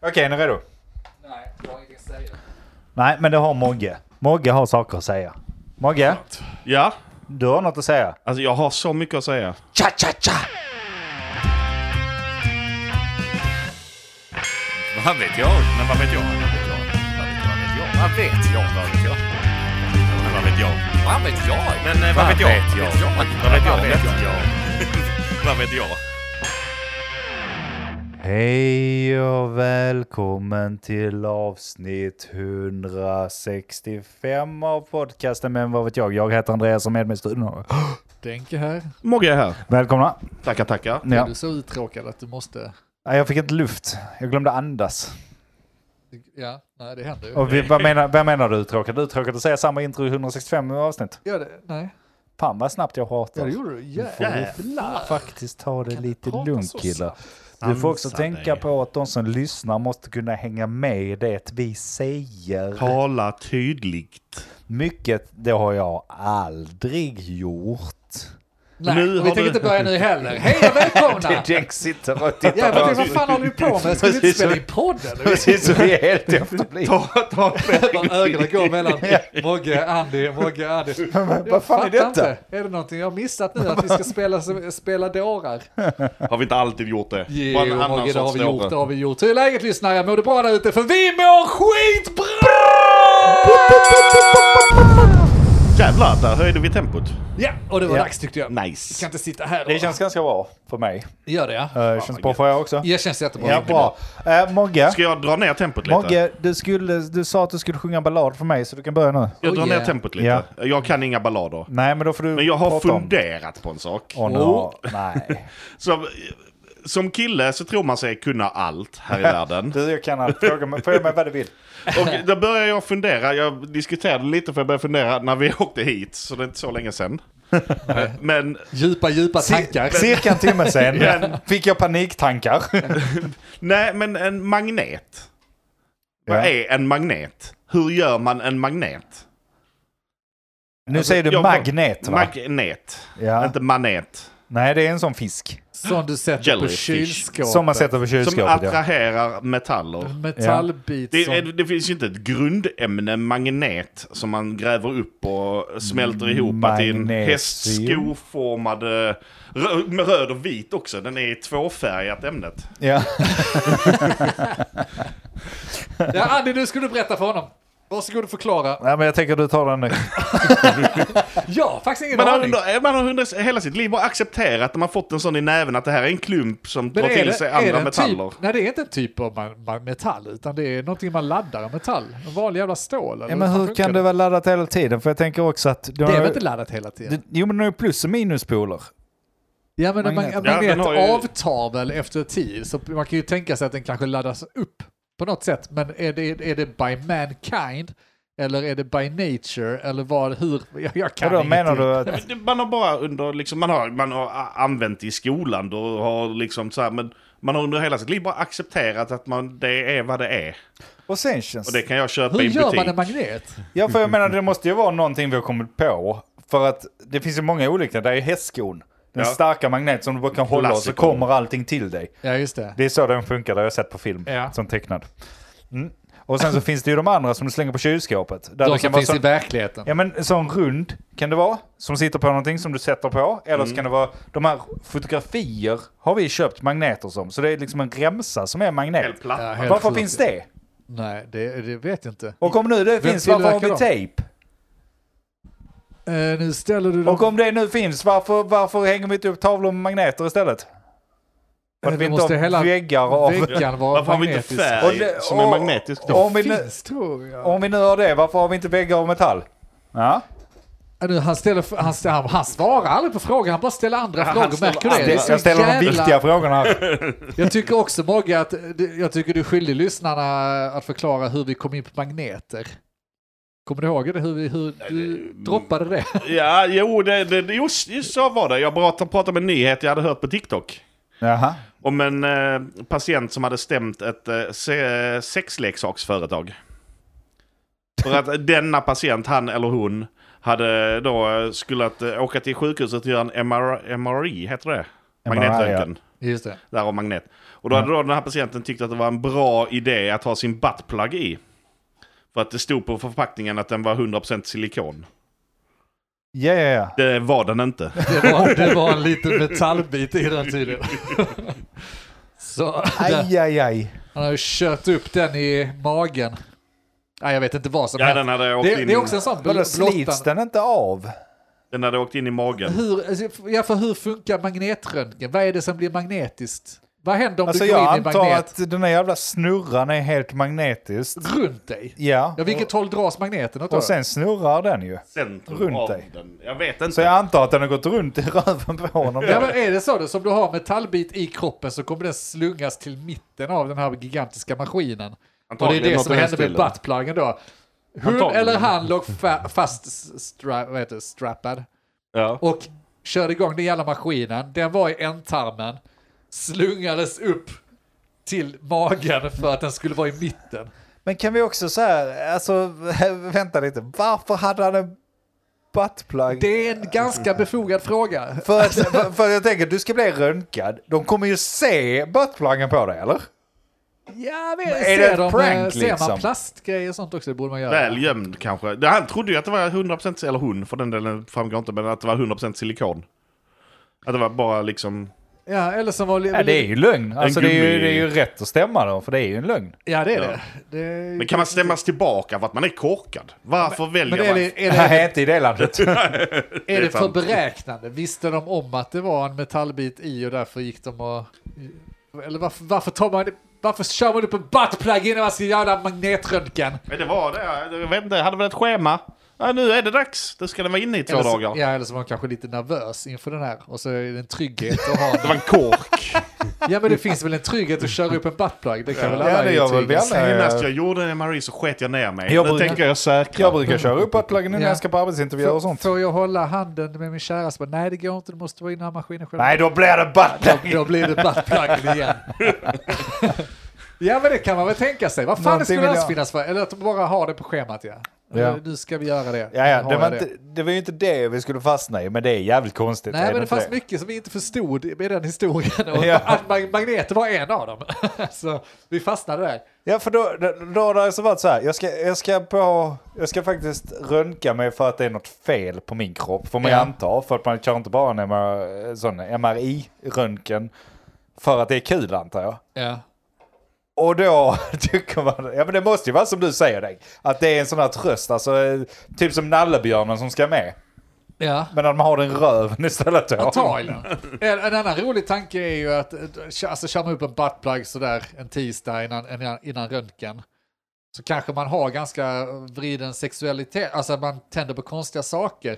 Okej, är ni redo? Nej, jag har ingenting att säga. Nej, men det har Mogge. Mogge har saker att säga. Mogge, Ja, du har något att säga. alltså jag har så mycket att säga. Cha, cha, cha! Vad vet jag? Men vad vet jag? Vad vet jag? Vad vet jag? Vad vet jag? Men vad vet jag? Vad vet jag? Men eh, vad vet jag? Vad vet jag? Vad vet jag? Vad vet jag? Hej och välkommen till avsnitt 165 av podcasten Men vad vet jag? Jag heter Andreas och med mig i studion. Denke här. Mogge är här. Välkomna! Tackar, tackar. Ja. Ja. Du är så uttråkad att du måste... Nej, Jag fick inte luft. Jag glömde andas. Ja, nej det händer ju. Och vi, vad, menar, vad menar du uttråkad? Uttråkad att säga samma intro i 165 avsnitt? Ja, det, nej. Fan vad snabbt jag pratar. Ja, det gjorde du. Jävlar! Jävlar! Faktiskt ta det Kan du lite prata lugnt så killar. Du Sansa får också tänka dig. på att de som lyssnar måste kunna hänga med i det vi säger. Tala tydligt. Mycket, det har jag aldrig gjort. Nej, Nu nu har vi tänker du- inte börja nu heller. Hej och välkomna! Jack sitter och tittar Jävlar, på vad oss. fan håller du på med? Ska vi inte Precis spela som- i podden? Precis som vi är helt efterblivna. Bara ögonen går mellan Mogge, Andy, Mogge, Andy. Vad fan är Fattar detta? Inte. Är det någonting jag har missat nu? Att vi ska spela, som- spela dårar? Har vi inte alltid gjort det? Jo, Bara en annan Mogge, det har sorts vi gjort, dåre. det har vi gjort. Hur är läget lyssnare? Mår du bra där ute? För vi mår skitbra! Jävlar, där höjde vi tempot. Ja, och det var Ja. dags tyckte jag. Jag kan Nice. inte sitta här och... Det känns ganska bra för mig. Gör det ja. Eh, känns bra för er också. Jag känns jättebra. Ja, bra. Eh, Mogge, Ska jag dra ner tempot lite? Mogge du, skulle, du sa att du skulle sjunga en ballad för mig så du kan börja nu. Jag drar Oh, yeah. ner tempot lite. Ja. Jag kan inga ballader. Nej, men då får du Men jag har prata om- funderat på en sak. Åh, nu har- nej. Som, som kille så tror man sig kunna allt här i världen. Du, jag kan allt. Fråga mig, fråga mig vad du vill. Och då började jag fundera, jag diskuterade lite för jag började fundera när vi åkte hit, så det är inte så länge sedan. Men Djupa, djupa tankar. Cirka en timme sen fick jag paniktankar. Nej, men en magnet. Vad Ja. är en magnet? Hur gör man en magnet? Nu säger du jag- magnet va? Magnet. Ja. Inte manet. Nej, det är en sån fisk. Som du sätter på Jellyfish. kylskåpet. Som man sätter på Som kylskåpet. Ja. attraherar metaller. Metallbit Det, som... är- det finns ju inte ett grundämne, magnet, som man gräver upp och smälter ihop till en Magnesium. hästskoformad... eh, rö- Med röd och vit också. Den är tvåfärgat ämnet. Ja. Ja, Andy, nu ska du berätta för honom. Varsågod och förklara. Nej, men jag tänker du tar den nu. Jag har faktiskt ingen Man har, aning. under, man har under hela sitt liv bara accepterat när man fått en sån i näven att det här är en klump som Men drar till sig andra en metaller. Typ, nej, det är inte en typ av ma- ma- metall, utan det är någonting man laddar av metall. En vanlig jävla stål. eller ja, men fan hur funkar kan det vara laddat hela tiden? För jag tänker också att... Det är väl inte laddat hela tiden? Det- Jo, men det är ju plus och minuspoler. ja, men en mag- Magnet. en Ja, magnet den har ju- avtar väl efter tid, så man kan ju tänka sig att den kanske laddas upp på något sätt. Men är det, är det by mankind? Eller är det by nature? Eller vad, hur? Jag, jag kan Vadå, ingenting. menar du att... Det- Man har bara under, liksom, man har, man har a- använt i skolan och har liksom så här, men man har under hela sitt liv bara accepterat att man, det är vad det är. Och sen känns Och det kan jag köpa Hur i en gör butik. man en magnet? Ja, för jag menar det måste ju vara någonting vi har kommit på. För att det finns ju många olika. Det är hästskon. Den Ja. starka magnet som du bara kan hålla och så Klassiker. kommer allting till dig. Ja, just det. Det är så den funkar, det har jag sett på film. Ja. Som tecknad. Mm. Och sen så finns det ju de andra som du slänger på kylskåpet. Där De det som kan vara finns sån, i verkligheten. Ja men sån rund kan det vara. Som sitter på någonting som du sätter på. Eller Mm. så kan det vara de här fotografier har vi köpt magneter som. Så det är liksom en remsa som är magnet. Helt platt. Ja, helt Varför sjukt. finns det? Nej, det, det vet jag inte. Och om nu det finns, varför har vi tillverkar tejp? Eh, nu ställer du dem... Och om det nu finns, varför, varför hänger vi inte upp tavlor med magneter istället? För att Eh, vi då inte måste hela har väggar av... Väggan var Varför har vi inte magnetisk. Och färg det- som är och- magnetisk då? Om vi, nu, Finns, tror jag. om vi nu har det, varför har vi inte väggar av metall? Ja. Ja, nu, han, ställer, han, ställer, han, han svarar aldrig på frågor, han bara ställer andra frågor. ställer märker du det? andra- det? är Jag så ställer de jävla- viktiga frågorna här. Jag tycker också Mogge att du- jag tycker du skiljer lyssnarna att förklara hur vi kom in på magneter. Kommer du ihåg det? Hur, vi, hur du droppade det? Ja, jo, det, det, det- just, just så var det. Jag pratade, pratade om en nyhet jag hade hört på TikTok. Jaha. Om en eh, patient som hade stämt ett eh, se, sexleksaksföretag. För att denna patient, han eller hon, hade då eh, skulle att eh, åka till sjukhuset och göra en MRI, MRI heter det? MRI, Magnetröntgen. Just det. Därav magnet. Och då hade då den här patienten tyckt att det var en bra idé att ha sin buttplug i. För att det stod på förpackningen att den var 100% silikon. Ja, ja, ja. Det var den inte. Det var, det var en liten metallbit i den tiden. Så det, Aj, aj, aj. han har ju kört upp den i magen. Nej, jag vet inte vad som Ja, hände. den hade åkt, Det, in, det är också en sån Vadå, bl- slits blottan. den inte av? den hade åkt in i magen. Hur, alltså, ja, för hur funkar magnetröntgen? Vad är det som blir magnetiskt? Vad händer om Alltså du går in jag i antar magnet att den här jävla snurran är helt magnetisk. runt dig? Ja. Ja, vilket håll dras magneten åt Och, då? och sen snurrar den ju. Centrum Runt av dig. den. Jag vet inte. Så jag antar att den har gått runt i röven på honom. Ja, då. men är det så då? Som du har metallbit i kroppen så kommer den slungas till mitten av den här gigantiska maskinen. Och det är Antagligen det något som i den hände med stilen. buttpluggen då. Hon Antagligen. eller han låg fa- fast stra- vad heter det, strappad Ja. och körde igång den jävla maskinen. Den var i ändtarmen, slungades upp till magen för att den skulle vara i mitten. Men kan vi också så här, alltså vänta lite. Varför hade han en buttplug? Det är en ganska befogad fråga. För, att, för, för jag tänker, du ska bli röntgad. De kommer ju se buttpluggen på dig, eller? Ja, men, är ser, det ett de, eh, prank, ser man liksom? plastgrejer och sånt också, det borde man göra. Väl gömd kanske. Det- Han trodde ju att det var 100% eller hon för den delen framgår inte, men att det var 100% silikon. Att det var bara liksom... Ja, eller som var... Ja, det är ju lögn. Alltså, det, är ju, gummi- det är ju rätt att stämma då, för det är ju en lögn. Ja, det är Ja. det. det är... Men kan man stämmas tillbaka för att man är korkad? Varför väljer Men är man? det, är det, Nej, inte i det landet. är det för sant. beräknande? Visste de om att det var en metallbit i och därför gick de och... Eller varför, varför tar man det? Varför kör man upp en buttplug innan man ska göra magnetröntgen? Men det var det. Jag vet inte, jag hade väl ett schema. Ja, nu är det dags. Nu ska den vara inne i två Eller så, dagar. ja, eller så var man kanske lite nervös inför den här. Och så är det en trygghet att ha Det var en... en kork. Ja, men det finns väl en trygghet att köra upp en buttplug? Det kan väl alla Ja, det gör väl intyga. vi alla. Senast jag gjorde det Marie så sket jag ner mig. Jag nu brukar- tänker jag säkra. Jag brukar köra upp buttpluggen när Ja. jag ska på arbetsintervjuer och Får, sånt. får jag hålla handen med min kära? Så bara, Nej, det går inte. Du måste vara inne i den här maskinen själv. Nej, då blir det buttplug. Då blir det buttplug igen. ja men det kan man väl tänka sig. Vad fan Någonting det skulle vill det jag. finnas för? Eller att de bara har det på schemat ja. Ja. Eh, Nu ska vi göra det. Ja, ja, Nu har det, jag var inte, det var ju inte det vi skulle fastna i, men det är jävligt konstigt. är Nej men det inte fanns mycket som vi inte förstod med den historien. Och Ja. att mag- magneter var en av dem. så vi fastnade där. Ja, för då, då, då har det alltså varit så här. Jag ska, jag, ska på, jag ska faktiskt röntga mig för att det är något fel på min kropp. Får man Ja. ja. anta. För att man kör inte bara en MR, sån MRI-röntgen. För att det är kul antar jag. Ja. Och då tycker man, ja men det måste ju vara som du säger dig. Att det är en sån här tröst, alltså eh, typ som nallebjörnen som ska med. Ja. Men att man har den i röven istället då. Antagligen. En, en annan rolig tanke är ju att eh, kö- alltså, kör man upp en buttplug sådär en tisdag innan, innan, innan röntgen så kanske man har ganska vriden sexualitet, alltså att man tänder på konstiga saker.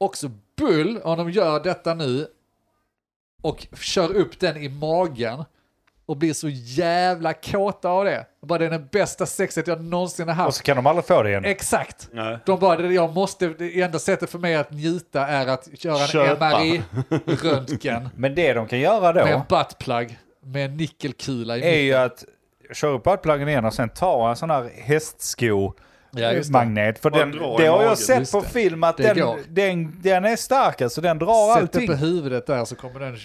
Också bull, om de gör detta nu och kör upp den i magen och blir så jävla kåta av det. Bara det är det bästa sexet jag någonsin har Och haft. så kan de aldrig få det Eh. igen. Exakt. Nej. De bara, det jag måste, det enda sättet för mig att njuta är att göra en Köpa. MRI-röntgen Men det de kan göra då. med en buttplug med en nickelkula i är mitten. ju att köra upp buttpluggen igen och sen ta en sån här hästsko Ja, just det. magnet. För Bara den, dra i det har magen. jag sett Just på det. film att Det den, går. den, den är stark alltså. Den drar Sätt allting. den på huvudet där så kommer den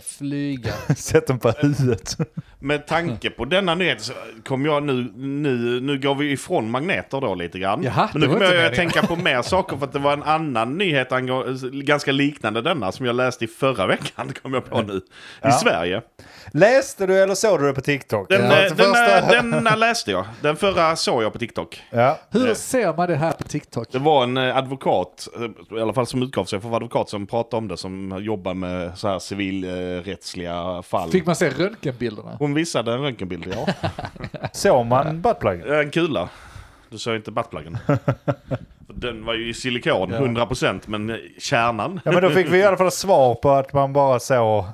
flyga. Sätt den på huvudet. Med tanke på denna nyhet så kom jag nu, nu, nu går vi ifrån magneter då lite grann. Jaha, Men nu det var kommer inte jag att meningen. tänka på mer saker för att det var en annan nyhet angå- ganska liknande denna som jag läste i förra veckan, kom jag på nu, i Sverige. Läste du eller såg du det på TikTok? Den, Det var eh, inte denna, första- denna läste jag, den förra såg jag på TikTok. Ja. Hur ser man det här på TikTok? Det var en eh, advokat, eh, i alla fall som utgav sig för att vara advokat, som pratade om det, som jobbar med så här civilrättsliga fall. Fick man se röntgenbilderna? Hon visade en röntgenbild, ja. Såg man buttpluggen? Eh, En kula. Du sa ju inte buttpluggen. För Den var ju i silikon, 100% men kärnan. Ja, men då fick vi i alla fall svar på att man bara såg...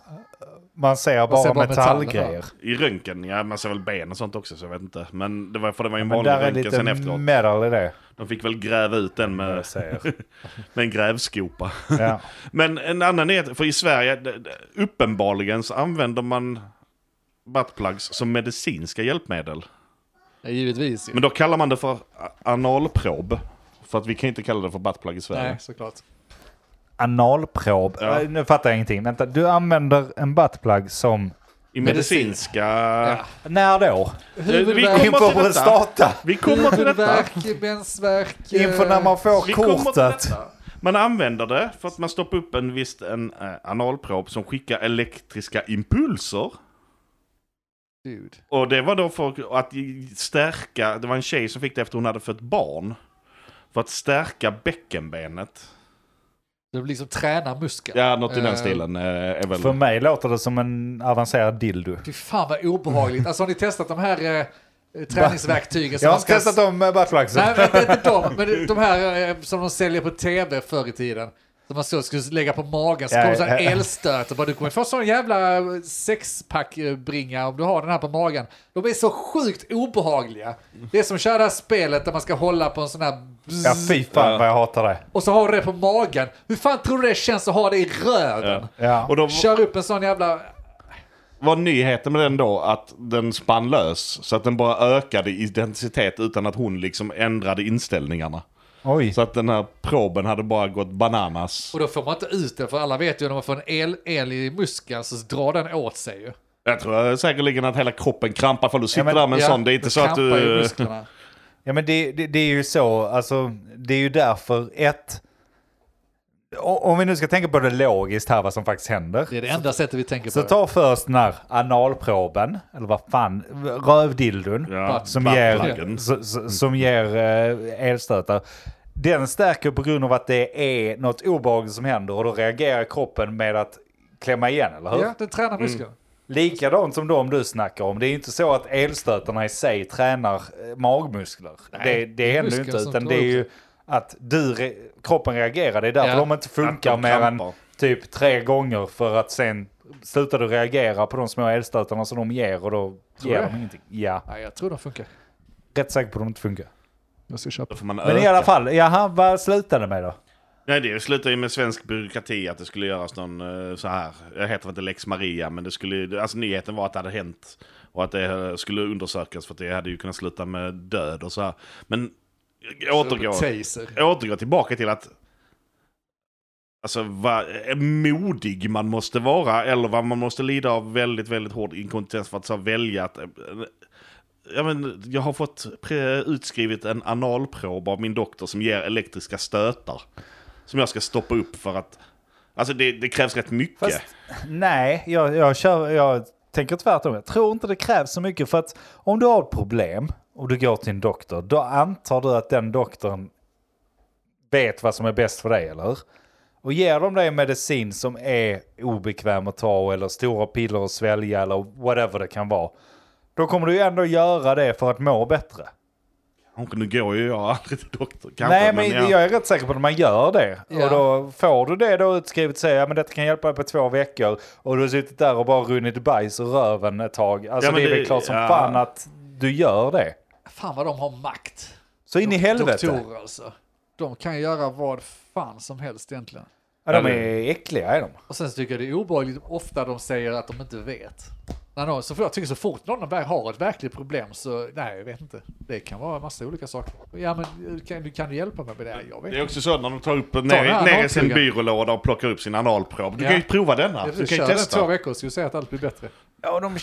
Man ser bara, ser bara metallgrejer. metallen, I röntgen, ja man ser väl ben och sånt också så jag vet inte. Men det var för det var ju en Men vanlig där är röntgen lite sen efteråt. metal i det. De fick väl gräva ut den med, Jag säger. med en grävskopa. Ja. Men en annan nyhet, för i Sverige, d- d- uppenbarligen så använder man buttplugs som medicinska hjälpmedel. Ja, givetvis ju. Men då kallar man det för a- analprob. För att vi kan inte kalla det för buttplug i Sverige. Nej, såklart. analprob. Ja. Äh, Nu fattar jag ingenting. Vänta, du använder en buttplug som... I Medicin. medicinska... Ja. När då? Eh, Vi Huvudvärk, kommer till Inför detta. prostata? Vi kommer till detta. huvudvärk, mensvärk. eh, Inför när man får Vi kommer till kortet? detta. Man använder det för att man stoppar upp en visst en eh, analpropp som skickar elektriska impulser. Dude. Och det var då för att stärka, det var en tjej som fick det efter hon hade fött barn. För att stärka bäckenbenet. Du liksom tränar muskeln. Ja, något i den Eh, stilen eh, är väl... För mig låter det som en avancerad dildo. Fy fan vad obehagligt. Alltså har ni testat de här eh, eh, träningsverktygen? som Jag har man inte ska- testat de eh, buttplugsen. Nej, men inte de. Men det- de här eh, som de säljer på tv förr i tiden. Som man så skulle lägga på magen så Ja, kommer det så här ja. elstöt och bara du kommer få sån jävla eh, sexpackbringa om du har den här på magen. De är så sjukt obehagliga. Det är som att köra det här spelet där man ska hålla på en sån här bzz, Ja, fy fan Ja. vad jag hatar det. och så har du det på magen. Hur fan tror du det känns att ha det i röven? Ja. Och då Kör upp en sån jävla... var nyheten med den då att den spann lös. Så att den bara ökade i intensitet utan att hon liksom ändrade inställningarna. Oj. Så att den här proben hade bara gått bananas. Och då får man inte ut det för alla vet ju när man får en el, el i muskeln så drar den åt sig ju. Jag tror säkerligen att hela kroppen krampar för du sitter men- där med en Ja, sån. Det är inte då så att krampar ju du... eh, musklerna. Ja men det, det, det är ju så, alltså det är ju därför ett... o- Om vi nu ska tänka på det logiskt här vad som faktiskt händer. Det är det enda sättet vi tänker på. Så det. ta först den här analproben, eller vad fan, rövdildon. Ja, Som buttpluggen. ger, så- så- som ger eh, elstötar. Den stärker på grund av att det är något obehagligt som händer och då reagerar kroppen med att klämma igen, eller hur? Ja, den tränar Mm. muskler. Likadant som de du snackar om. Det är ju inte så att elstötarna i sig tränar eh, magmuskler. det, det händer ju muskler inte. som Utan tar det är upp ju att du, re- kroppen reagerar. Det är därför Ja. de inte funkar Att de mer än krampar. typ tre gånger. För att sen slutar du reagera på de små elstötarna som de ger och då Tror ger jag. de ingenting. Ja, Nej, jag tror de funkar. rätt säker på att de inte funkar. Jag ska köpa. Då får man Men i öka. alla fall, jaha, vad slutade det med då? Nej, det slutade ju med svensk byråkrati att det skulle göras någon eh, så här. Jag heter inte Lex Maria, men det skulle, alltså nyheten var att det hade hänt. Och att det eh, skulle undersökas för att det hade ju kunnat sluta med död och så här. Men eh, jag återgår, Taser. jag återgår tillbaka till att Alltså vad eh, modig man måste vara eller vad man måste lida av väldigt, väldigt hård inkompetens för att så här, välja att... eh, eh, Ja, men, jag har fått pre- utskrivet en analprob av min doktor som ger elektriska stötar. Som jag ska stoppa upp för att... Alltså det, det krävs rätt mycket. Fast, nej, jag, jag, kör, jag tänker tvärtom. Jag tror inte det krävs så mycket för att om du har ett problem och du går till en doktor, då antar du att den doktorn vet vad som är bäst för dig, eller hur? Och ger de dig medicin som är obekväm att ta eller stora piller att svälja eller whatever det kan vara, då kommer du ju ändå göra det för att må bättre. Och Nu går ju jag aldrig till doktor kanske. Nej, men ja. jag är rätt säker på att man gör det. Ja. Och då får du det då utskrivet säga ja, men detta kan hjälpa dig på två veckor. Och du har suttit där och bara runnit bajs och röven ett tag. Alltså Ja, men det är väl det- klart som ja. fan att du gör det. Fan vad de har makt. Så in i helvete. Doktorer alltså. De kan göra vad fan som helst egentligen. Ja, de är äckliga är de. Och sen så tycker jag det är obehagligt ofta de säger att de inte vet. Nej, no, så för jag tycker så fort någon väl har ett verkligt problem så, nej jag vet inte. Det kan vara en massa olika saker. Ja men kan, du- kan du hjälpa mig med det? Jag vet Det är inte. också så när de tar upp den här ner, ner i sin analpluggen. byrålåda och plockar upp sin analprob. Du Ja. kan ju prova denna. Du Du kan ju kör den två testa. veckor så ska du se att allt blir bättre. Ja, de...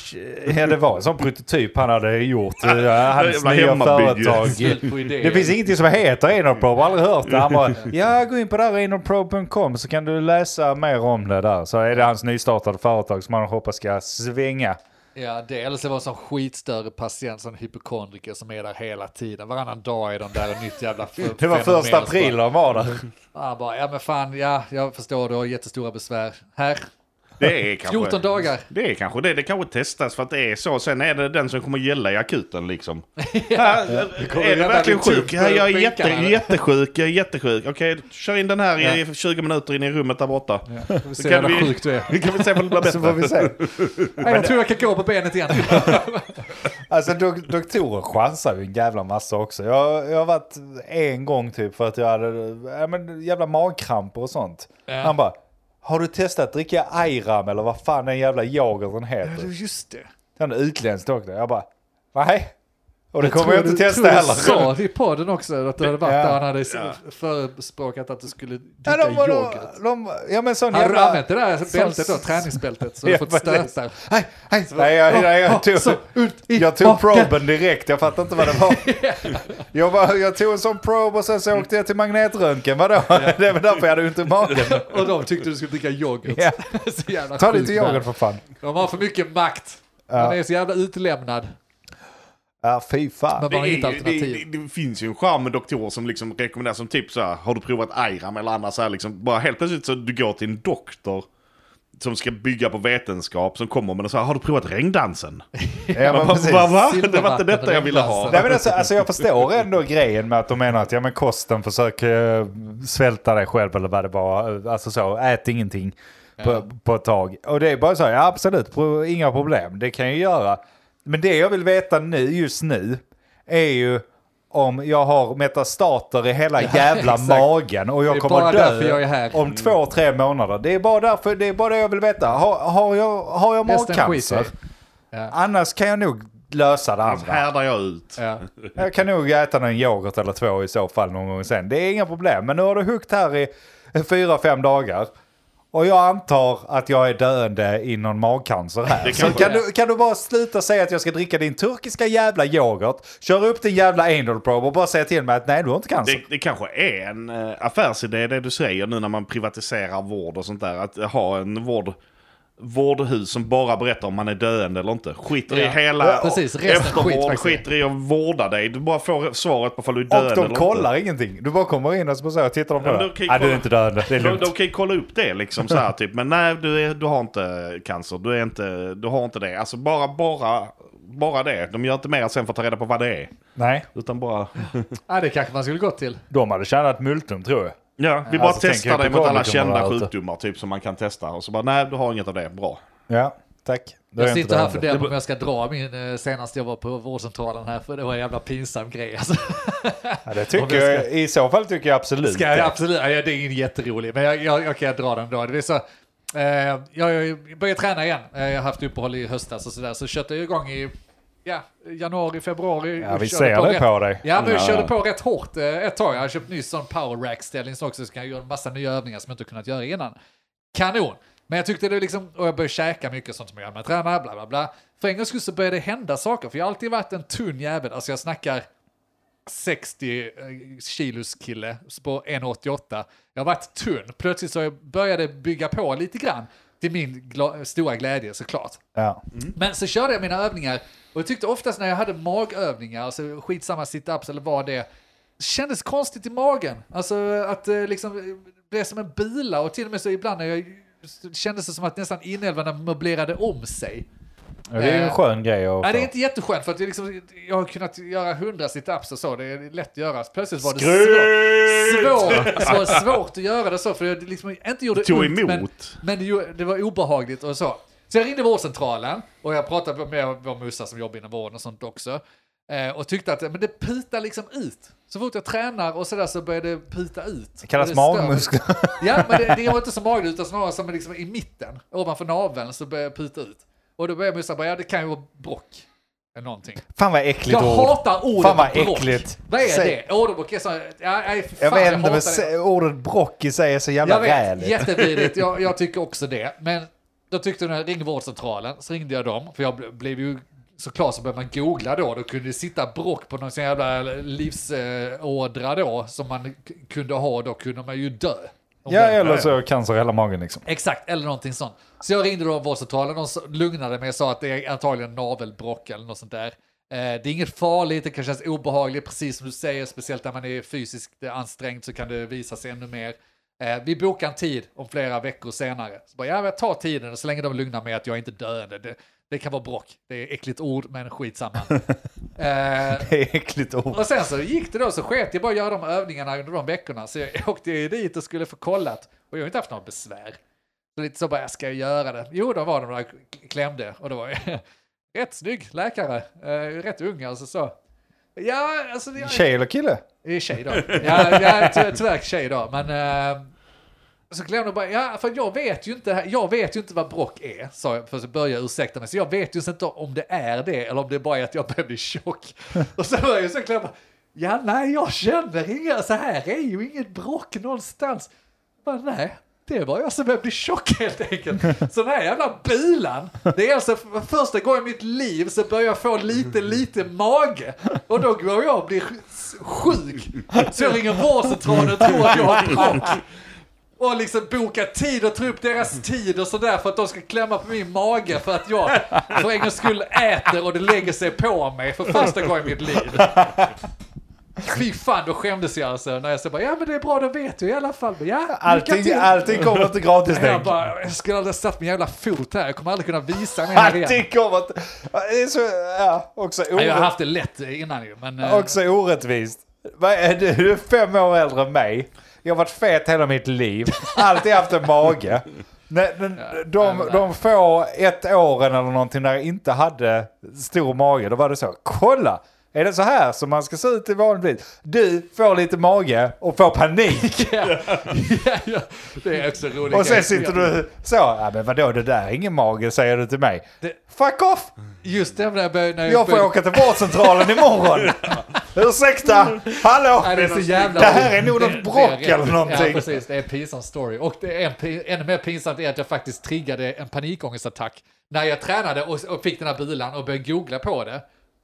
ja, det var en sån prototyp han hade gjort. Ja, Hans jävla nya hemmabygge. företag. Slut på idéer. Det finns ingenting som heter Enoprobe, jag har aldrig hört det. Han bara, ja gå in på där enoprobe.com så kan du läsa mer om det där. Så är det hans nystartade företag som han hoppas ska svänga. Ja, det eller så var det en sån skitstörre patient, sån hypokondriker som är där hela tiden. Varannan dag är de där och nytt jävla f- Det var fenomen. första april de var där. Han bara, ja men fan, ja, jag förstår, du har jättestora besvär. Här, Det är kanske... 14 dagar. Det är kanske det. Det kanske testas för att det är så. Sen är det den som kommer gälla i akuten liksom. ja, är du gälla verkligen din sjuk? typ Ja, jag är på jätte, bänkarna. jättesjuk. Jag är jättesjuk. Okej, kör in den här i 20 minuter in i rummet där borta. får vi Då se hur kan jävla vi- sjukt du är. Vi kan väl se om det blir Så får vi bättre. se. Nej, jag tror jag kan gå på benet igen. Alltså dok- doktorer chansar ju en jävla massa också. Jag, jag har varit en gång typ för att jag hade ja, men, jävla magkramper och sånt. Han bara, har du testat att dricka Airam eller vad fan den jävla yoghurten heter? Just det. Den utländsk doktor. Jag bara, nej. Och det kommer jag inte testa tror jag heller. sa det i podden också, att du hade varit Ja. där han hade Ja. förespråkat att du skulle dricka Ja, de, var- yoghurt. de, de, ja men sån Hade du jävla... använt det där bältet då, s- träningsbältet, så du Ja, fått precis. stötar? Nej, nej, nej, jag, nej, jag tog, så, ut i jag tog baken. proben direkt, jag fattar inte vad det var. Jag, var, jag tog en sån probe och sen så åkte jag till magnetröntgen, vadå? Det är väl därför jag hade ont i magen. Och de tyckte du skulle dricka yoghurt. Ja. så jävla Ta sjukt lite där. yoghurt för fan. De har för mycket makt. Man är så jävla utlämnad. Ja, fy fan. Men man har är inget ju- det, alternativ. det, det finns ju en charm med doktorer som liksom rekommenderar som typ så här, har du provat Airam eller annars så här liksom, bara helt plötsligt så du går till en doktor som ska bygga på vetenskap som kommer med och så här, har du provat regndansen? Ja, men Vad- precis. vad- vad? Det var inte Silvervatten, detta jag ville ha. regndansen. Nej, men alltså, alltså jag förstår ändå grejen med att de menar att ja, men kosten, försök eh, svälta dig själv eller vad det var. Alltså så, ät ingenting på, på ett tag. Och det är bara så, ja absolut, pro, inga problem, det kan jag göra. Men det jag vill veta nu, just nu, är ju om jag har metastater i hela jävla exakt. magen och jag Det är kommer bara dö därför jag är här. om två, tre månader. Det är bara därför, det är bara det jag vill veta. Har, har jag, har jag Resten magcancer? skiter jag i. Annars kan jag nog lösa det andra. Härdar jag ut. Ja. Jag kan nog äta någon yoghurt eller två i så fall någon gång sen. Det är inga problem. Men nu har du hukt här i fyra, fem dagar. Och jag antar att jag är döende i någon magcancer här. Det så kanske kan är. du, kan du bara sluta säga att jag ska dricka din turkiska jävla yoghurt, köra upp din jävla anal probe och bara säga till mig att nej, du har inte cancer. Alltså- Det, det kanske är en eh, affärsidé det du säger nu när man privatiserar vård och sånt där. Att eh, ha en vård, vårdhus som bara berättar om man är döende eller inte. Skiter i Ja. hela Ja, precis. Resten skit eftervård, faktiskt. skiter i att vårda dig. Du bara får svaret på om du är döende och eller de inte. kollar ingenting. Du bara kommer in och så, bara så här, tittar de på Ja, men dig. de kan ju Nej, du är kolla. inte döende. Det är De, lugnt. de kan ju kolla upp det liksom så här typ. Men nej, du, är, du har inte cancer. Du, är inte, du har inte det. Alltså bara, bara, bara det. De gör inte mer sen för att ta reda på vad det är. Nej, Utan bara... ja, det kanske man skulle gått till. de hade tjänat multum tror jag. Ja, vi bara Alltså, testar tänker dig jag på mot alla komikerna kända där ute. sjukdomar typ som man kan testa. Och så bara nej, du har inget av det. Bra. Ja, tack. Då är Jag inte sitter här och döende. funderar på om jag ska dra min eh, senast jag var på vårdcentralen här, för det var en jävla pinsam grej. Alltså. Ja, det Om jag tycker ska- jag, I så fall tycker jag absolut Ska jag, det. absolut, ja, det är ingen jätterolig, men jag, jag, jag kan dra den då. Det är så, eh, jag, jag börjar träna igen. Eh, Jag har haft uppehåll i höstas och sådär, så köttade jag igång i ja, januari, februari. Ja, och vi körde ser det rätt, på dig. Ja, men jag Ja. körde på rätt hårt eh, ett tag. Jag har köpt ny sån power rack ställning så också, så kan jag göra en massa nya övningar som jag inte kunnat göra innan. Kanon! Men jag tyckte det liksom, och jag började käka mycket sånt som jag gör när jag tränar, bla bla bla. För en gångs skull så började det hända saker, för jag har alltid varit en tunn jävel, alltså jag snackar 60 eh, kilos kille på 1,88. Jag har varit tunn. Plötsligt så började jag bygga på lite grann. Till min gla- stora glädje såklart. Ja. Men så körde jag mina övningar och jag tyckte oftast när jag hade magövningar, alltså skitsamma sit-ups eller vad det är, kändes konstigt i magen. Alltså att eh, liksom eh, blev som en bila och till och med så ibland när jag kändes det som att nästan inälvorna möblerade om sig. Ja, Det är ju en Eh, skön grej att Nej, det är få. inte jätteskönt för att jag, liksom, jag har kunnat göra hundra sit-ups och så, det är lätt att göra. Plötsligt var det svårt, svårt, så var det svårt att göra det så för jag liksom inte gjorde Tog ont, men, emot. men det, gjo- det var obehagligt och så. Så jag ringde vårdcentralen och jag pratade med vår mussa som jobbar inom vården och sånt också. Eh, och tyckte att men det putar liksom ut. Så fort jag tränar och sådär så börjar det puta ut. Det kallas Och stör mig. magmuskler. Ja, men det, det var inte så magligt utan snarare som liksom i mitten, ovanför naveln, så började jag puta ut. Och då började mussa bara, ja det kan ju vara brock. Eller någonting. Fan vad äckligt Jag ord. hatar ordet Fan vad brock. äckligt. Vad är Säg- det? Åderbråck är så... Ja, nej, för Jag fan, vet inte, men hatar det. se- ordet brock i sig är så jävla Jag vet, räligt. jättevidrigt. Jag, jag tycker också det. Men då tyckte jag när jag ringde vårdcentralen, så ringde jag dem, för jag ble- blev ju såklart så började man googla då, då kunde det sitta brock på någon sån jävla livsådra då, som man k- kunde ha, då kunde man ju dö. Om Ja, den- eller så cancer i hela magen liksom. Exakt, eller någonting sånt. Så jag ringde då vårdcentralen och så- lugnade mig och sa att det är antagligen navelbrock eller något sånt där. Eh, Det är inget farligt, det kan kännas obehagligt, precis som du säger, speciellt när man är fysiskt ansträngd så kan det visa sig ännu mer. Eh, Vi bokar en tid om flera veckor senare. Så bara, ja, jag tar tiden så länge de lugnar mig att jag inte är döende. Det, det kan vara brock, det är äckligt ord, men skitsamma. eh, Det är äckligt ord. och sen så gick det då, så sket jag bara göra de övningarna under de veckorna. Så jag åkte ju dit och skulle få kollat. Och jag har inte haft några besvär. Så lite så bara, ska jag göra det? Jo, då var de där och klämde. Och det var ju rätt snygg läkare. Eh, rätt ung alltså så. Ja, alltså det Tjej eller kille? är tjej då. Ja, ja ty tyvärr tjej då. Men eh, Så Glenn bara, ja, för jag vet ju inte, jag vet ju inte vad brock är, sa jag, för att börja ursäkta mig, så jag vet ju inte om det är det, eller om det bara är att jag börjar bli tjock. Och så var jag så Glenn bara, ja, nej, jag känner inga, så här är ju inget brock någonstans. Jag Bara, nej, det var alltså, jag som började bli tjock helt enkelt. Så den här jävla bulan, det är alltså för första gången i mitt liv så börjar jag få lite, lite mage. Och då går jag och blir sjuk. Så jag ringer vårdcentralen och tror att jag har brock och liksom boka tid och ta upp deras tid och sådär för att de ska klämma på min mage för att jag för en gångs skull äter och det lägger sig på mig för första gången i mitt liv. Fy fan, då skämdes jag alltså när jag så bara, ja men det är bra, då vet du i alla fall. Ja, lycka Allting, till. allting kommer inte gratis, Jag tänk. bara, jag skulle aldrig ha satt min jävla fot här, jag kommer aldrig kunna visa mig här igen. Allting kommer inte... Det är så... Ja, också Nej, Jag har orätt, haft det lätt innan ju, men... eh, också orättvist. Vad är du? Du är fem år äldre än mig. Jag har varit fet hela mitt liv. Alltid haft en mage. Nej, men De, de få ett åren eller någonting när jag inte hade stor mage, då var det så. Kolla! Är det så här som man ska se ut i vanligt? Du får lite mage och får panik. Ja, ja, ja, det är också roligt. Och sen sitter du så. Ja, men vadå, det där är ingen mage, säger du till mig. Det- Fuck off! Just det, när jag började... när Jag får började- åka till vårdcentralen imorgon. Ursäkta, hallå! Nej, det är så jävla... Det här är nog Det- något det- bråk det är- eller någonting. Ja, precis. Det är en pinsam story. Och det är en, pi- ännu mer pinsamt är att jag faktiskt triggade en panikångestattack när jag tränade och, och fick den här bilan och började googla på det.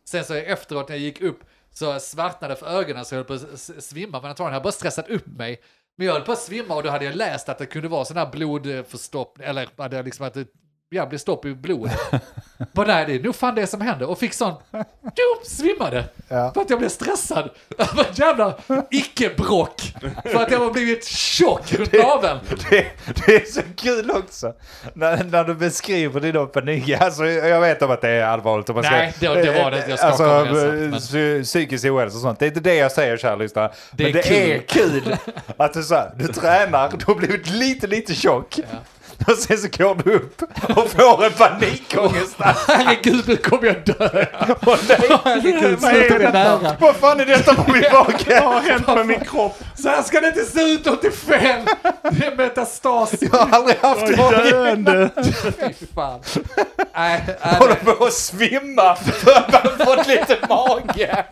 Sen så efteråt när jag gick upp så svartnade för ögonen så jag höll på att s- svimma. Men antagligen hade jag bara stressat upp mig. Men jag höll på att svimma och då hade jag läst att det kunde vara sån här blodförstoppning, eller att det liksom att det ja, blev stopp i blodet. Bara nej, det är nog fan det som hände. Och fick sån, dum, svimmade. Ja. För att jag blev stressad. Av en jävla icke-bråck. För att jag har blivit tjock runt naveln. Det, det är så kul också. När, när du beskriver din panik. Alltså, jag vet om att det är allvarligt. Om man Nej, ska, det- det var det inte. Jag skakar alltså, om det, så, men- psy- Psykisk ohälsa och sånt. Det är inte det jag säger, kära lyssnare. Det Men är det är kul att du, så här, du tränar, du har blivit lite, lite tjock. Och sen så går du upp och får en panikångest. Herregud, nu kommer jag dö. Och nej, Herregud, vad är sluta med det detta? här. Vad fan är detta på min mage? Vad har hänt med min kropp? Så här ska det inte se ut 85. Det är metastas. Jag har aldrig haft Jag det. är döende. Fy fan. Nej, nej, Jag håller på att svimma för att man har fått lite mage.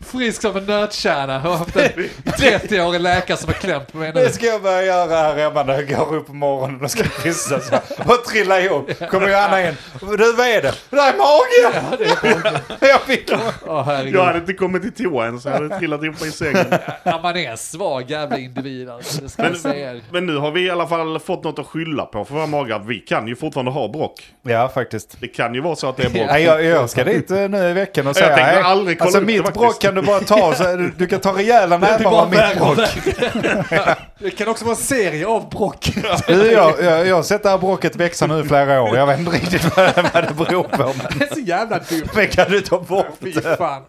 frisk som en nötkärna. Jag har haft en 30-årig läkare som har klämt på mig nu. Det ska jag börja göra här hemma när jag går upp på morgonen och ska pissa så här. och trilla ihop. Kommer Johanna in. Du, vad är det? Det där är mage! Ja, det är bra. Jag fick Åh, herregud. Jag hade inte kommit till toa än så jag hade trillat ihop i sängen. Ja, man är en svag jävla individ alltså, det ska jag säga. er. Men, men nu har vi i alla fall fått något att skylla på för våra magar. Vi kan ju fortfarande ha bråck. Ja, faktiskt. Det kan ju vara så att det är bråck. Nej, jag, jag ska dit eh, nu i veckan och Jag säga tänker nej. aldrig kolla Alltså upp det mitt faktiskt. bråck kan du bara ta. Så, här, du, du kan ta rejäla nävar bara av mitt värre och bråck. Det kan också vara en serie av bråck. Du, jag, jag, jag har sett det här bråcket växa nu i flera år. Jag vet inte riktigt vad, vad det beror på. Men, Det är så jävla dumt. men kan du ta bort Fy det? fan.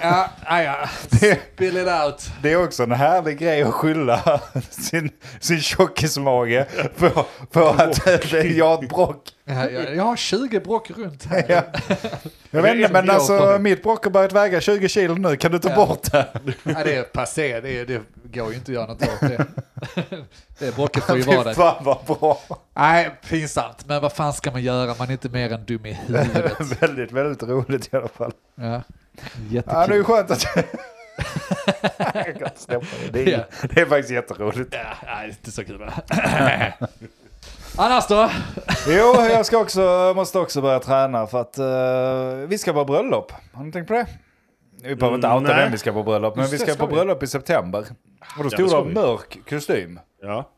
Ja, ja, ja. Spill it out. Det är också en härlig grej att skylla sin, sin tjockismage på, på att jag har ett bråck. Ja, ja, jag har 20 bråck runt här. Ja. Jag vet inte, men Jag alltså kommer. mitt bråck har börjat väga 20 kilo nu. Kan du ta Ja. bort det? Ja, det är passé, det, är, det går ju inte att göra något åt det. Det bråcket får ju vara Fy där. fan vad bra. Nej, pinsamt. Men vad fan ska man göra? Man är inte mer än dum i huvudet. väldigt, väldigt roligt i alla fall. Ja. Ja, det är Jättekul. skönt att... Jag kan släppa det. Det, är, det är faktiskt jätteroligt. Ja, nej, det är inte så kul va? Annars då? Jo, jag ska också, jag måste också börja träna för att eh, vi ska på bröllop. Har ni tänkt på det? Vi behöver inte Mm, outa nej. vem vi ska på bröllop, men Just vi det, ska ska på vi. bröllop i september. Och då det stod ska det vi. mörk kostym. Ja.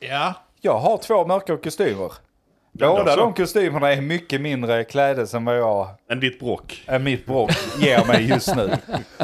Ja. Jag har två mörka kostymer. det Båda är så. de kostymerna är mycket mindre klädes än vad jag Men ditt bråck. än mitt bråk ger mig just nu.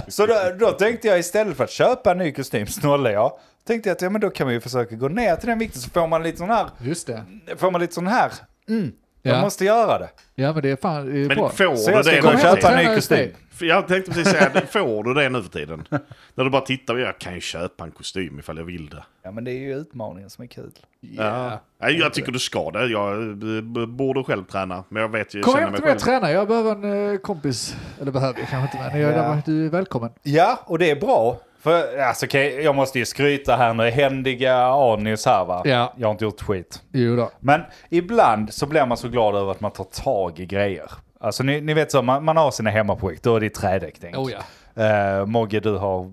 Så då, då tänkte jag istället för att köpa en ny kostym, snålade jag. Tänkte jag att ja, men då kan man ju försöka gå ner till den vikten så får man lite sån här, Just det. får man lite sån här. Mm, Ja. Jag måste göra det. Ja, men det är fan det är Men bra. får Så du jag ska det gå nu och för hem. köpa tiden? en ny Tränar just kostym. För Jag tänkte precis säga, får du det nu för tiden? När du bara tittar, jag kan ju köpa en kostym ifall jag vill det. Ja men det är ju utmaningen som är kul. Ja. Nej, jag tycker du ska det. Jag b- b- borde själv träna. Men jag vet ju, Kom känner hem till mig själv. och träna, jag behöver en eh, kompis. Eller behöver jag kanske inte, men jag, Ja. du är välkommen. Ja, och det är bra. För, alltså, okej, jag måste ju skryta här nu. Händiga Anis här va? Ja. Jag har inte gjort skit. Jo då. Men ibland så blir man så glad över att man tar tag i grejer. Alltså ni, ni vet så, man, man har sina hemmaprojekt. Då är det trädäck. tänk. Oh, ja. Eh, Mogge, du har,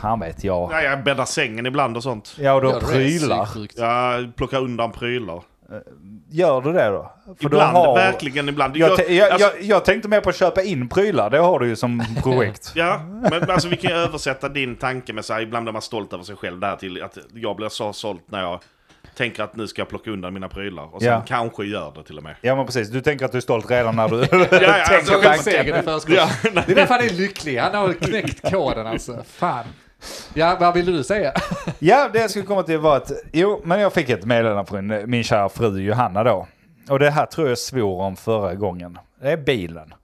fan vet jag. Ja, jag bäddar sängen ibland och sånt. Ja, och du har Ja, det är prylar. psyksjukt. Jag plockar undan prylar. Gör du det då? För du ibland, har- verkligen ibland. Jag, te- jag, alltså, jag, jag tänkte mer på att köpa in prylar. Det har du ju som projekt. Ja, men alltså vi kan ju översätta din tanke med så här, ibland blir man stolt över sig själv där till att jag blir så sålt när jag tänker att nu ska jag plocka undan mina prylar. Och sen Ja. kanske gör det till och med. ja, men precis. Du tänker att du är stolt redan när du ja, alltså, tänker Slog en tanken. seger i förskott. Det är därför han är lycklig. Han har knäckt koden alltså. Fan. Ja, vad ville du säga? Ja, det jag skulle komma till var att, jo, men jag fick ett meddelande från min kära fru Johanna då. Och det här tror jag svor om förra gången. Det är bilen.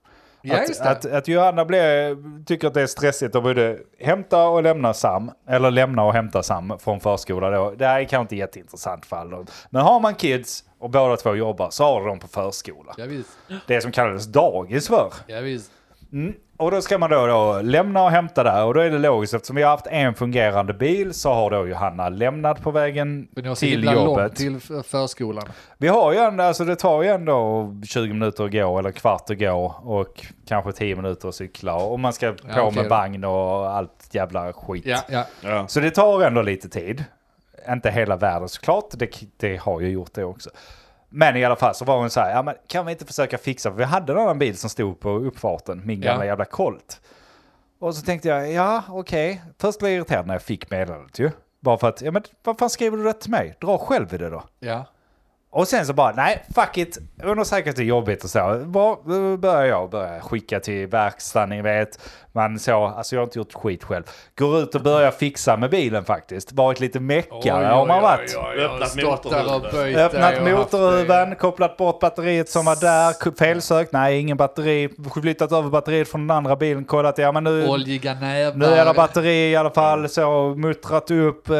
Ja, att, just det. att, att Johanna blir, tycker att det är stressigt att både hämta och lämna Sam, eller lämna och hämta Sam från förskola då. Det här är kanske inte jätteintressant för alla. Men har man kids och båda två jobbar så har de dem på förskola. Ja, visst. Det som kallades dagis förr. Ja, visst. Mm. Och då ska man då, då lämna och hämta där. Och då är det logiskt eftersom vi har haft en fungerande bil så har då Johanna lämnat på vägen Men jag har så till himla långt jobbet. till f- förskolan. Vi har ju ändå, alltså det tar ju ändå 20 minuter att gå eller kvart att gå och kanske 10 minuter att cykla. Och man ska på Ja, okej med då. vagn och allt jävla skit. Ja, ja. Ja. Så det tar ändå lite tid. Inte hela världen såklart, det, det har ju gjort det också. Men i alla fall så var hon så här, ja men kan vi inte försöka fixa, för vi hade en annan bil som stod på uppfarten, min gamla Ja. jävla Colt. Och så tänkte jag, ja okej, först blev jag irriterad när jag fick meddelandet ju. Bara för att, ja men vad fan skriver du det till mig? Dra själv i det då. ja. Och sen så bara, nej, fuck it. Undrar säkert det är jobbigt och så. Bara, då börjar jag börja skicka till verkstaden, ni vet. Man så, alltså jag har inte gjort skit själv. Går ut och börjar fixa med bilen faktiskt. Varit lite meckare har man varit. Öppnat Stått där och motorhuven. böjt dig Öppnat och haft motorhuven, det. kopplat bort batteriet som var där, k- felsökt, nej ingen batteri, flyttat över batteriet från den andra bilen, kollat, ja men nu, Oljiga nävar. nu är det batteri i alla fall, så muttrat upp, eh,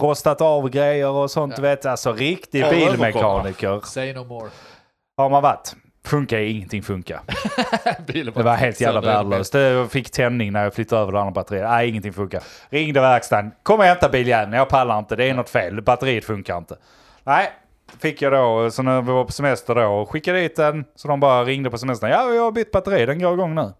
rostat av grejer och sånt, Ja. vet, alltså riktig Ja, bilmekaniker. Say no more. Har man varit? Funkar ju, ingenting funkar. Bilen Det var helt jävla sönder. värdelöst. Jag fick tändning när jag flyttade över det andra batteriet. Nej, ingenting funkar. Ringde verkstaden. Kom och hämta biljäveln. Jag pallar inte. Det är något fel. Batteriet funkar inte. Nej, fick jag då. Så när vi var på semester då. Skickade dit den. Så de bara ringde på semestern. Ja, vi har bytt batteri. Den går igång nu.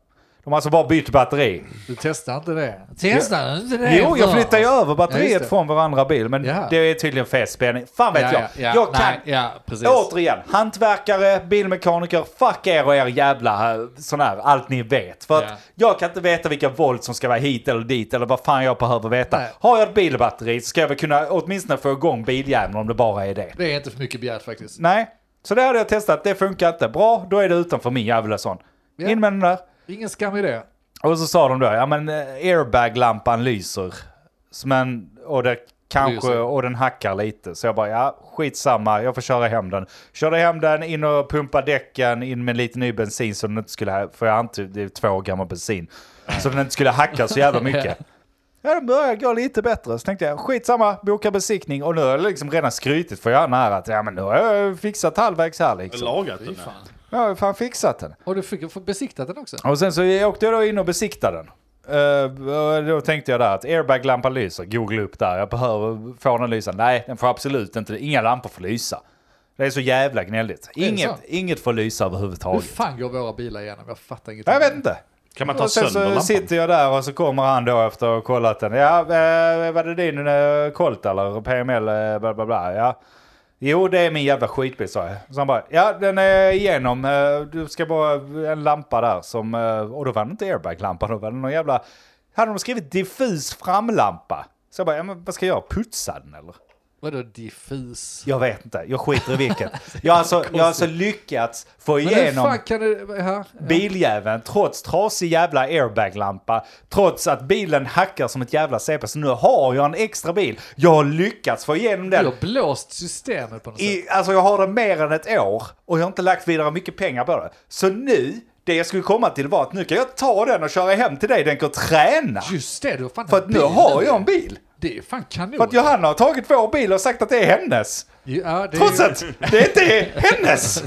De har alltså bara bytt batteri. Du testar inte det? Testar du inte det? Jo, jag flyttade ju över Ja, batteriet just det. från vår andra bil. Men Ja. det är tydligen festspänning. Fan vet Ja, jag. ja, ja, jag kan nej, ja, precis. Återigen, hantverkare, bilmekaniker, fuck er och er jävla eh, sån här, allt ni vet. För att Ja. jag kan inte veta vilka volt som ska vara hit eller dit eller vad fan jag behöver veta. Nej. Har jag ett bilbatteri så ska jag väl kunna åtminstone få igång biljäveln om det bara är det. Det är inte för mycket begärt faktiskt. Nej, så det hade jag testat, det funkar inte. Bra, då är det utanför min jävla sån. Ja. In med den där. Ingen skam i det. Och så sa de då, ja men eh, airbag-lampan lyser. Så Men, och det kanske, Lyser. och den hackar lite. Så jag bara, ja skitsamma, jag får köra hem den. Körde hem den, in och pumpa däcken, in med lite ny bensin så den inte skulle, ha- för jag antar det är två år gammal bensin. Så den inte skulle hacka så jävla mycket. Ja, den började gå lite bättre. Så tänkte jag, skitsamma, boka besiktning. Och nu har jag liksom redan skrytit för Johanna här att, ja men nu har jag fixat halvvägs här liksom. Lagat den. här. Ja, jag har fan fixat den. Och du fick få besiktat den också? Och sen så åkte jag då in och besiktade den. Eh, och då tänkte jag där att airbag-lampan lyser, googla upp där, jag behöver få den att lysa. Nej, den får absolut inte, inga lampor får lysa. Det är så jävla gnälligt. är Inget, så. inget får lysa Hur överhuvudtaget. fan går våra bilar igenom? Jag fattar inget. Jag vet inte. Kan man ta Och sen så sönder lampan? sitter jag där och så kommer han då efter att ha kollat den. Ja, eh, var det din eh, Colt eller PML? eh, Bla, bla, bla. Ja. Jo, det är min jävla skitbil, sa jag. Så han bara, ja den är igenom. eh, Du ska bara en lampa där som... eh, Och då var det inte airbag-lampa, då var det någon jävla... Hade de skrivit diffus framlampa? Så jag bara, ja, men vad ska jag göra? Putsa den eller? Vadå diffus? Jag vet inte, jag skiter i vilket. Jag har alltså, jag har alltså lyckats få Men hur igenom fan kan du... Här? biljäveln trots trasig jävla airbag-lampa, trots att bilen hackar som ett jävla CP. Så nu har jag en extra bil. Jag har lyckats få igenom Du den. har blåst systemet på något sätt. I, alltså jag har den mer än ett år och jag har inte lagt vidare mycket pengar på det. Så nu, det jag skulle komma till var att nu kan jag ta den och köra hem till dig, den kan träna. Just det, du har fan För en att nu bil har jag en bil. Det är fan kanon. För att Johanna har tagit vår bil och sagt att det är hennes. ja, det, Trots är, att det inte är hennes!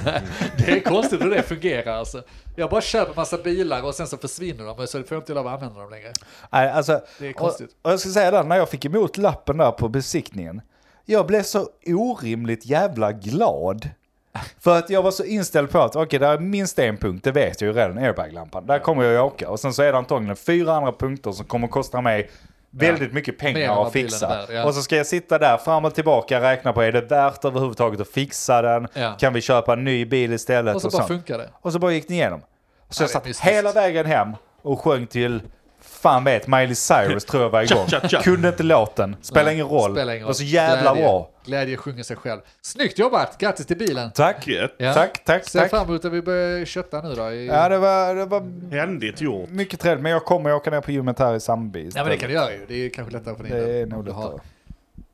det är konstigt hur det fungerar alltså. Jag bara köper massa bilar och sen så försvinner de och så får jag inte lov att använda dem längre. Nej, alltså, Det är och- konstigt. Och jag ska säga det, när jag fick emot lappen där på besiktningen. Jag blev så orimligt jävla glad. För att jag var så inställd på att, okej, där är minst en punkt, det vet jag ju redan, airbaglampan. Där kommer jag att åka. Och sen så är det antagligen fyra andra punkter som kommer kosta mig väldigt mycket Mer än pengar vad att bilen fixa. är värd, ja. Och så ska jag sitta där fram och tillbaka och räkna på, är det värt överhuvudtaget att fixa den? Ja. Kan vi köpa en ny bil istället? Och så och bara sånt. funkar det. Och så bara gick ni igenom. Så jag det är satt mystiskt. hela vägen hem och sjöng till, fan vet, Miley Cyrus tror jag var igång. Cha, cha, cha. Kunde inte låten, spelar ingen roll. Spelar ingen Det var så roll. jävla Glädje. bra. Glädje sjunger sig själv. Snyggt jobbat! Grattis till bilen! Tack. Gött. Ja. Tack, tack, Ser tack. fram emot att vi börjar kötta nu då. I... Ja, det var, det var Händigt gjort. mycket trevligt, men jag kommer åka ner på gymmet här i Sandby. Ja men det kan du göra ju. Det är ju kanske lättare för dig. Det är nu. nog Du har- lättare.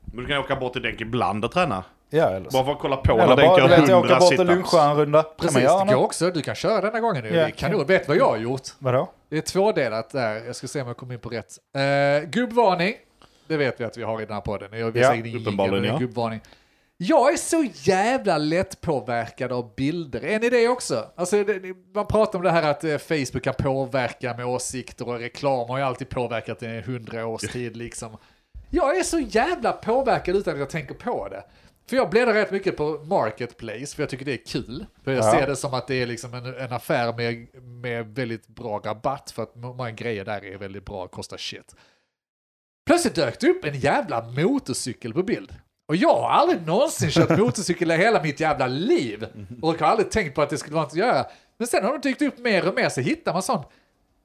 Men du kan åka bort till Denke ibland och träna. Ja, eller så. Bara för att kolla på Eller bara, när Denke du har vet, jag åker hundra bort och situps. lunchar en runda. Kan Precis, man göra det går något? också. Du kan köra denna gången nu. Ja. Det är kanon. Vet du vad jag har gjort? Vadå? Det är tvådelat där. Jag ska se om jag kommer in på rätt. Eh, gubbvarning. Det vet vi att vi har i den här podden. Jag vill Ja, säga ingen jingle, uppenbarligen, men det är ja. gubbvarning. Jag är så jävla lättpåverkad av bilder. Är ni det också? Alltså, det, det- man pratar om det här att eh, Facebook kan påverka med åsikter och reklam har ju alltid påverkat i hundra års tid liksom. Jag är så jävla påverkad utan att jag tänker på det. För jag bläddrar rätt mycket på Marketplace, för jag tycker det är kul. För jag Ja. ser det som att det är liksom en, en affär med, med väldigt bra rabatt, för att många grejer där är väldigt bra och kostar shit. Plötsligt dök det upp en jävla motorcykel på bild. Och jag har aldrig någonsin kört motorcykel i hela mitt jävla liv. Och jag har aldrig tänkt på att det skulle vara något att göra. Men sen har de dykt upp mer och mer, så hittar man sån.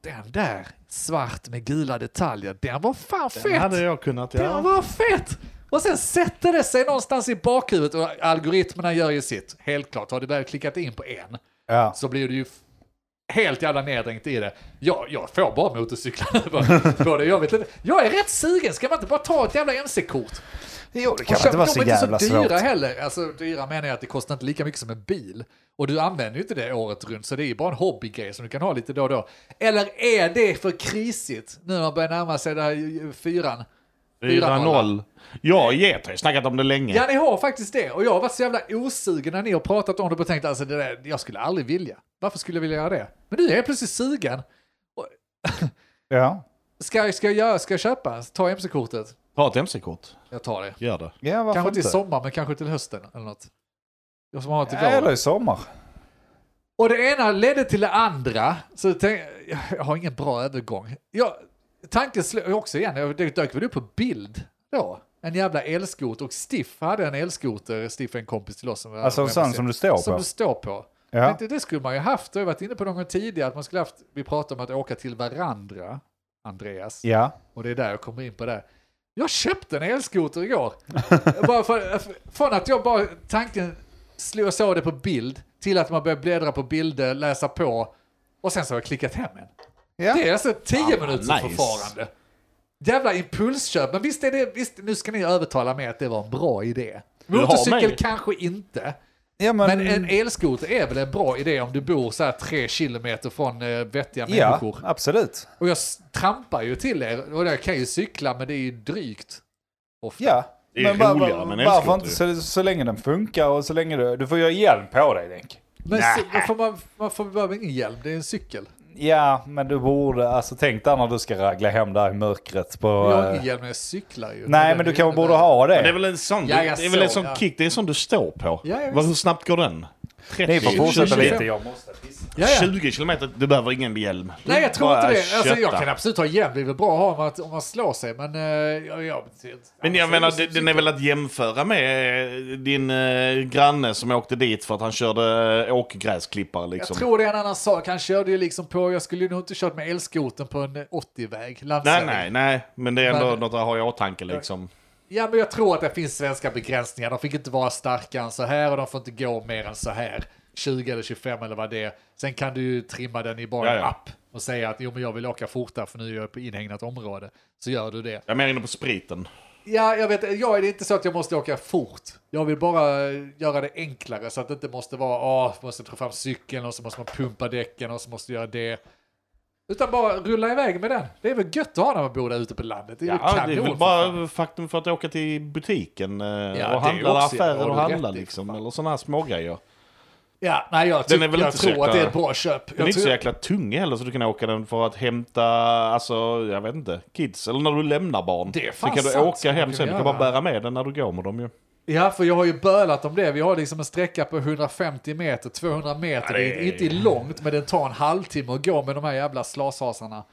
Den där, svart med gula detaljer, den var fan fet! hade jag kunnat Den göra. var fett! Och sen sätter det sig någonstans i bakhuvudet och algoritmerna gör ju sitt. Helt klart, har du väl klickat in på en Ja. så blir du ju f- helt jävla neddränkt i det. Jag, jag får bara motorcyklar över på det. Jag, vet inte. jag är rätt sugen, ska man inte bara ta ett jävla MC-kort? Jo, det Och kan köp- inte vara de så är inte jävla så dyra svårt. heller. Alltså dyra menar jag att det kostar inte lika mycket som en bil. Och du använder ju inte det året runt, så det är ju bara en hobbygrej som du kan ha lite då och då. Eller är det för krisigt nu när man börjar närma sig det här eh, fyran? 4-0. Jag och Get har ju snackat om det länge. Ja, ni har faktiskt det. Och jag har varit så jävla osugen när ni har pratat om det och tänkt alltså, det där, jag skulle aldrig vilja. Varför skulle jag vilja göra det? Men nu är jag plötsligt sugen. Ja. Ska, ska, jag, göra- ska jag köpa? Ta MC-kortet. Ta ett MC-kort. Jag tar det. Gör det. ja, varför Kanske inte i inte? sommar, men kanske till hösten eller något. Jag som har till Ja, Eller våren. i sommar. Och det ena ledde till det andra. Så jag, tänk, jag har ingen bra övergång. Jag, tanken slår också igen, jag- det dök väl upp på bild då. En jävla elskoter och Stiff hade en elskoter, Stiff är en kompis till oss. Som var- Alltså en sån som du står Som på. du står på. Ja. Men det, det skulle man ju haft, jag har varit inne på någon gång tidigare, att man skulle haft, vi pratade om att åka till varandra, Andreas, Ja. och det är där jag kommer in på det. Jag köpte en elskoter igår, bara för, för- från att jag bara, tanken slog, jag såg det på bild, till att man började bläddra på bilder, läsa på, och sen så har jag klickat hem en. Ja. Det är alltså 10 minuters nice. förfarande. Jävla impulsköp, men visst är det, visst, nu ska ni övertala mig att det var en bra idé. har Motorcykel mig. kanske inte, Ja, men Mm. en elskoter är väl en bra idé om du bor så här tre kilometer från eh, vettiga ja, människor. absolut. Och jag s- trampar ju till er och jag kan ju cykla men det är ju drygt. Ofta. Ja. Det är var- roligare var- med en varför elskoter inte så, så länge den funkar och så länge du... Du får göra hjälm på dig, Denk. Men så, då får man, man får behöver ingen hjälm, det är en cykel. Ja, men du borde... Alltså tänk dig när du ska ragla hem där i mörkret på... Jag har eh, ingen hjälm när jag cyklar ju. Nej, men du kanske borde ha Men det är det. väl en sån, Ja, jag det är väl en såg, sån ja. kick, det är en sån du står på. Ja, ja, Vad- visst. Hur snabbt går den? 30, Ni får fortsätta 20, lite, jag måste pissa. Ja, ja. 20 kilometer, du behöver ingen hjälm. Nej, jag tror inte Bara det. Alltså, jag kötta. kan absolut ha hjälm, det är väl bra att ha om man, om man slår sig. Men, eh, jag, jag, Alltså, Men jag menar, det- den är väl att jämföra med eh, din eh, granne som åkte dit för att han körde eh, åkergräsklippare liksom. Jag tror det är en annan sak. Han körde ju liksom på, jag skulle ju nog inte kört med elskoten på en 80-väg. Nej, landsväg. nej, nej. Men det är ändå Men- något att ha i åtanke liksom. Ja, men jag tror att det finns svenska begränsningar. De fick inte vara starkare än så här och de får inte gå mer än så här. 20 eller 25 eller vad det är. Sen kan du ju trimma den i bara en Ja, ja. app och säga att jo, men jag vill åka fortare för nu är jag på inhägnat område. Så gör du det. Jag är mer inne på spriten. Ja, jag vet, jag är det är inte så att jag måste åka fort. Jag vill bara göra det enklare så att det inte måste vara, ah, måste ta fram cykeln och så måste man pumpa däcken och så måste jag göra det. Utan bara rulla iväg med den. Det är väl gött att ha när man bor där ute på landet. Det är väl Ja, det är väl kanon. för bara faktum för att åka till butiken eh, och det är handla där också- ja, affärer det och är handla rätt i, liksom. för fan. Eller sådana här smågrejer. Ja, nej, jag, tycker, är väl jag inte så tror jäkla- att det är ett bra köp. Den är jag inte tror, så jäkla tung heller så du kan åka den för att hämta, alltså jag vet inte, kids. Eller när du lämnar barn. Det är så fan kan du sant, åka skulle hem man sen, du kan göra. bara bära med den när du går med dem ju. Ja, för jag har ju bölat om det. Vi har liksom en sträcka på 150 meter, 200 meter. Ja, det det... är- är inte långt, men den tar en halvtimme att gå med de här jävla slashasarna.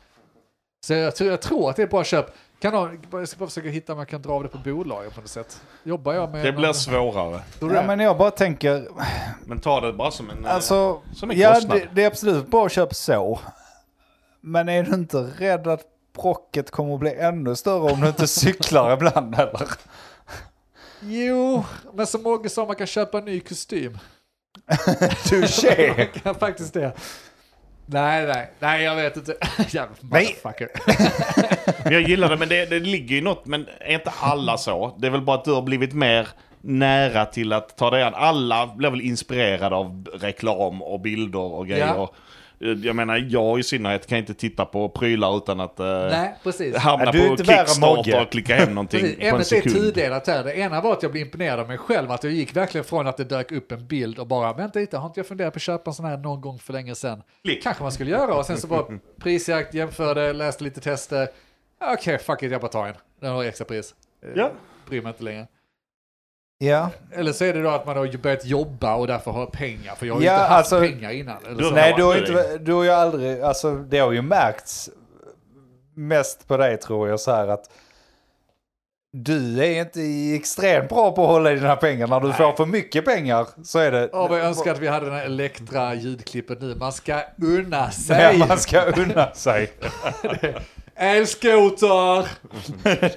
Så jag tror, jag tror att det är ett bra köp. Kan jag, jag ska bara försöka hitta om jag kan dra av det på bolaget på något sätt. Jobbar jag med... Det blir svårare. Tror du Ja, det? men jag bara tänker, Men ta det bara som en... eh, alltså, som en ja, kostnad. det, det är absolut bra köp så. Men är du inte rädd att brocket kommer att bli ännu större om du inte cyklar ibland eller? Jo, men som Mogge sa, man kan köpa en ny kostym. Touché! Man kan faktiskt det. Nej, nej, nej, jag vet inte. Jävla Nej. motherfucker. Men Jag gillar det, men det, det ligger ju något, men är inte alla så? Det är väl bara att du har blivit mer nära till att ta dig an. Alla blir väl inspirerade av reklam och bilder och grejer. Ja. Eh, Jag menar, jag i synnerhet kan inte titta på prylar utan att eh, Nej, precis. hamna Ja, du är på inte värre än Kickstarter Mogge. och klicka hem någonting Precis, på en ämnet är sekund. tudelat här. Det ena var att jag blev imponerad av mig själv, att jag gick verkligen från att det dök upp en bild och bara, vänta lite, har inte jag funderat på att köpa en sån här någon gång för länge sedan? Klick. Kanske man skulle göra, och sen så bara prisjakt, jämförde, läste lite tester. Okej, fuck it, jag bara tar en. Den har extra pris. Ja. Bryr mig inte längre. Ja, Eller så är det då att man har börjat jobba och därför har pengar, för jag har ju Ja, inte haft alltså- pengar innan. Eller Du- så. nej du har, Ja, inte, du har ju aldrig, alltså det har ju märkts mest på dig tror jag så här att du är inte extremt bra på att hålla i dina pengar. När du får för mycket pengar så är det... Ja, vad jag önskar att vi hade den här Elektra ljudklippet nu. Man ska unna sig. Ja, man ska unna sig. Elskoter!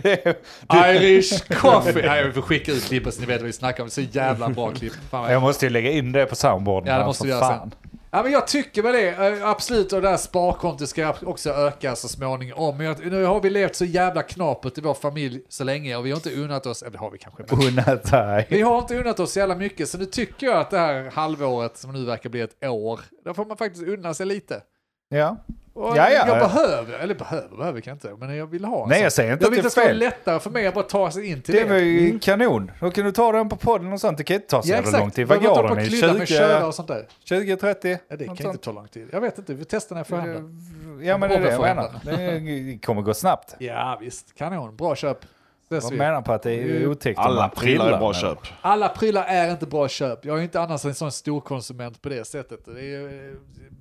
Det är- Irish coffee! Nej, vi får skicka ut klippet så ni vet vad vi snackar om. Så jävla bra klipp. Fan vad Jag måste ju lägga in det på soundboarden. Ja, det här, måste för vi göra fan. sen. Ja, men jag tycker väl det. Eh, Absolut, och det här sparkontot ska också öka så småningom. Men jag, nu har vi levt så jävla knapert i vår familj så länge och vi har inte unnat oss, eller det har vi kanske, men Unna dig. vi har inte unnat oss så jävla mycket. Så nu tycker jag att det här halvåret som nu verkar bli ett år, där får man faktiskt unna sig lite. Ja. Och Ja, ja. Jag behöver, eller behöver, behöver kan jag inte, men jag vill ha en Nej, sån. jag säger inte jag att vill det är att det ska vara fel. lättare för mig att bara ta sig in till Det det. Mm. var ju kanon. Då kan du ta den på podden och sånt. Det kan ju inte ta så Ja, jävla lång exakt. tid. Jag Vad behöver inte går hålla på den och i? klydda med köra 20, och sånt där. 20 30? Ja, det kan Något inte sånt. ta lång tid. Jag vet inte, vi testar när jag får hem den. Ja, men det är det jag Ovanför menar. Det kommer gå snabbt. Ja, visst. Kanon. Bra köp. Ses Jag vi. menar på att det är Mm. otäckt. om Alla man prylar är bra med. köp. Alla prylar är inte bra köp. Jag är inte annars en sån stor konsument på det sättet. Det är, ju-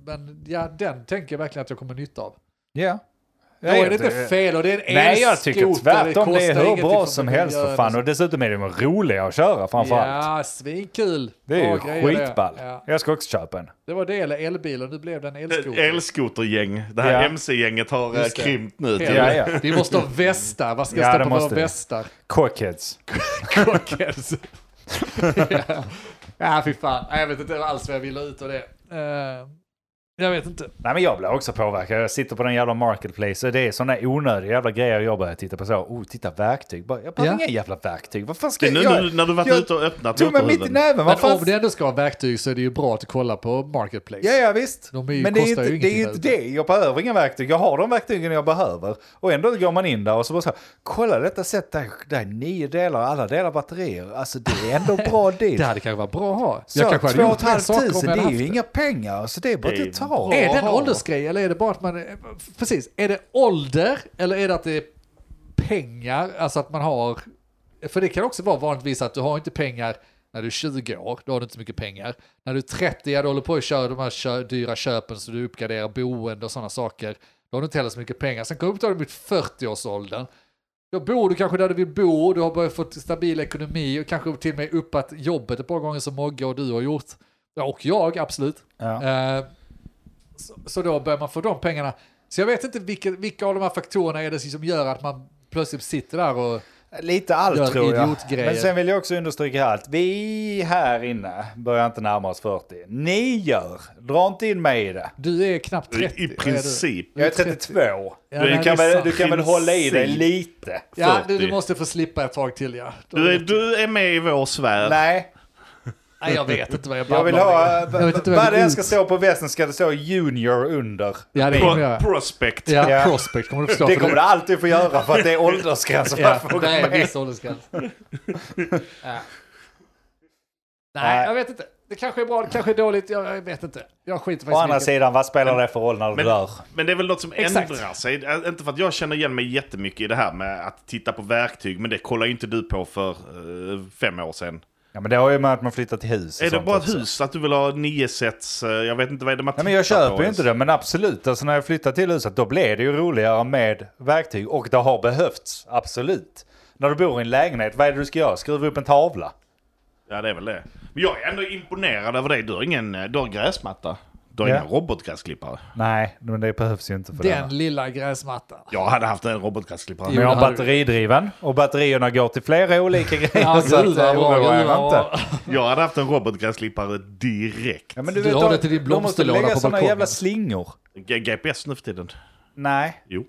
men ja, den tänker jag verkligen att jag kommer nytta av. Ja. Då är det inte fel och det är en Nej, jag tycker tvärtom. elskoter, Det är kostar hur ingenting bra för som mig att helst göra för det. fan. Och dessutom är de roliga att köra framförallt. Ja, svinkul. Det är ju Bra grejer det. skitball. Ja. Jag ska också köpa en. Det var det eller elbil och nu blev det en elskoter. Eh, Elskotergäng. Det här Ja. MC-gänget har eh, Just det. krympt nu. Helt. Till. Ja, ja. Vi måste ha västar. Vad ska Ja, stå det på våra måste vi. västar? Cockheads. Cockheads. ja. ja, fy fan. Nej, Jag vet inte alls vad jag ville ut av det. Eh, jag vet inte. Nej men jag blir också påverkad. Jag sitter på den jävla marketplace och det är sådana onödiga jävla grejer jag börjar titta på. Så, oh, titta verktyg. Bara, Jag behöver Ja. inga jävla verktyg. Vad fan ska Det är jag... nu Jag när du varit jag- ute och öppnat tog mig mitt i motorhuven. näven. Men Vad fan... om det ändå ska ha verktyg så är det ju bra att kolla på Marketplace. Ja, ja visst. De är ju- men det är ju inte, kostar ju det, är ju ingenting inte det. Jag behöver inga verktyg. Jag har de verktygen jag behöver. Och ändå går man in där och så bara så här, kolla detta set. Där, där är nio delar, alla delar batterier. Alltså det är ändå bra Det deal. hade kanske varit bra att ha. Så två och ett mer halvt saker om jag tusen, det hade är haft ju inga pengar. Så det är bara Det är att ta. Är det en Jaha. åldersgrej eller är det bara att man... Precis, är det ålder eller är det att det är pengar? Alltså att man har... För det kan också vara vanligtvis att du har inte pengar när du är 20 år, då har du inte så mycket pengar. När du är 30, ja, du håller på och kör de här kö dyra köpen så du uppgraderar boende och sådana saker. Då har du inte heller så mycket pengar. Sen kommer du upp mot 40-årsåldern. Då bor du kanske där du vill bo, du har börjat få stabil ekonomi och kanske till och med uppat jobbet ett par gånger som Mogge och du har gjort. Ja, och jag, absolut. Ja. Eh, så, så då börjar man få de pengarna. Så jag vet inte vilka, vilka av de här faktorerna är det som gör att man plötsligt sitter där och... Lite allt Gör tror jag. idiotgrejer. Men sen vill jag också understryka här att vi här inne börjar inte närma oss 40. Ni gör. Dra inte in mig i det. Du är knappt 30. I vad är du? princip. Jag är 32. Ja, du, nej, kan det är väl, sant. du kan väl hålla i dig Princip. lite? Ja, du, 40. typ- du måste få slippa ett tag till ja. Då- Du är, du är med i vår sfär. Nej. Nej, jag vet inte vad jag Jag babblar vill om. ha... Jag vet inte vad Vad det jag än vill ska ut. stå på västen ska det stå junior under. Ja, det kommer jag. Prospect. Ja, Ja. prospect kommer du förstå. Det för kommer du alltid få göra för att det är åldersgräns för Ja, att få gå det är en med. viss åldersgräns. ja. Nej. Nej, jag vet inte. Det kanske är bra, det kanske är dåligt. Jag, jag vet inte. Jag skiter Å faktiskt andra vilket. sidan, vad spelar det för roll när du Men- dör? Men det är väl något som Exakt. ändrar sig. Äh, Inte för att jag känner igen mig jättemycket i det här med att titta på verktyg, men det kollar ju inte du på för eh, fem år sedan. Ja, men det har ju med att man flyttar till hus. och Är det sånt bara ett också. hus? Att du vill ha nio sets? eh, Jag vet inte vad är det man Nej, men jag tittar på köper ju ens? inte det, men absolut. Alltså när jag flyttade till huset, då blev det ju roligare med verktyg. Och det har behövts, absolut. När du bor i en lägenhet, vad är det du ska göra? Skruva upp en tavla? Ja, det är väl det. Men jag är ändå imponerad över dig. Du har ingen eh, du har gräsmatta. Du har Ja. ingen robotgräsklippare. Nej, men det behövs ju inte för Den lilla gräsmattan. Jag hade haft en robotgräsklippare. Men Jo. Ja. jag har det hade- batteridriven och batterierna går till flera olika grejer. så att, eh, oroa er inte. Jag hade haft en robotgräsklippare direkt. Ja, Du har de- det till din de måste blomsterlåda lägga på såna balkongen. jävla slingor. G- GPS nu för tiden. Nej. Jo.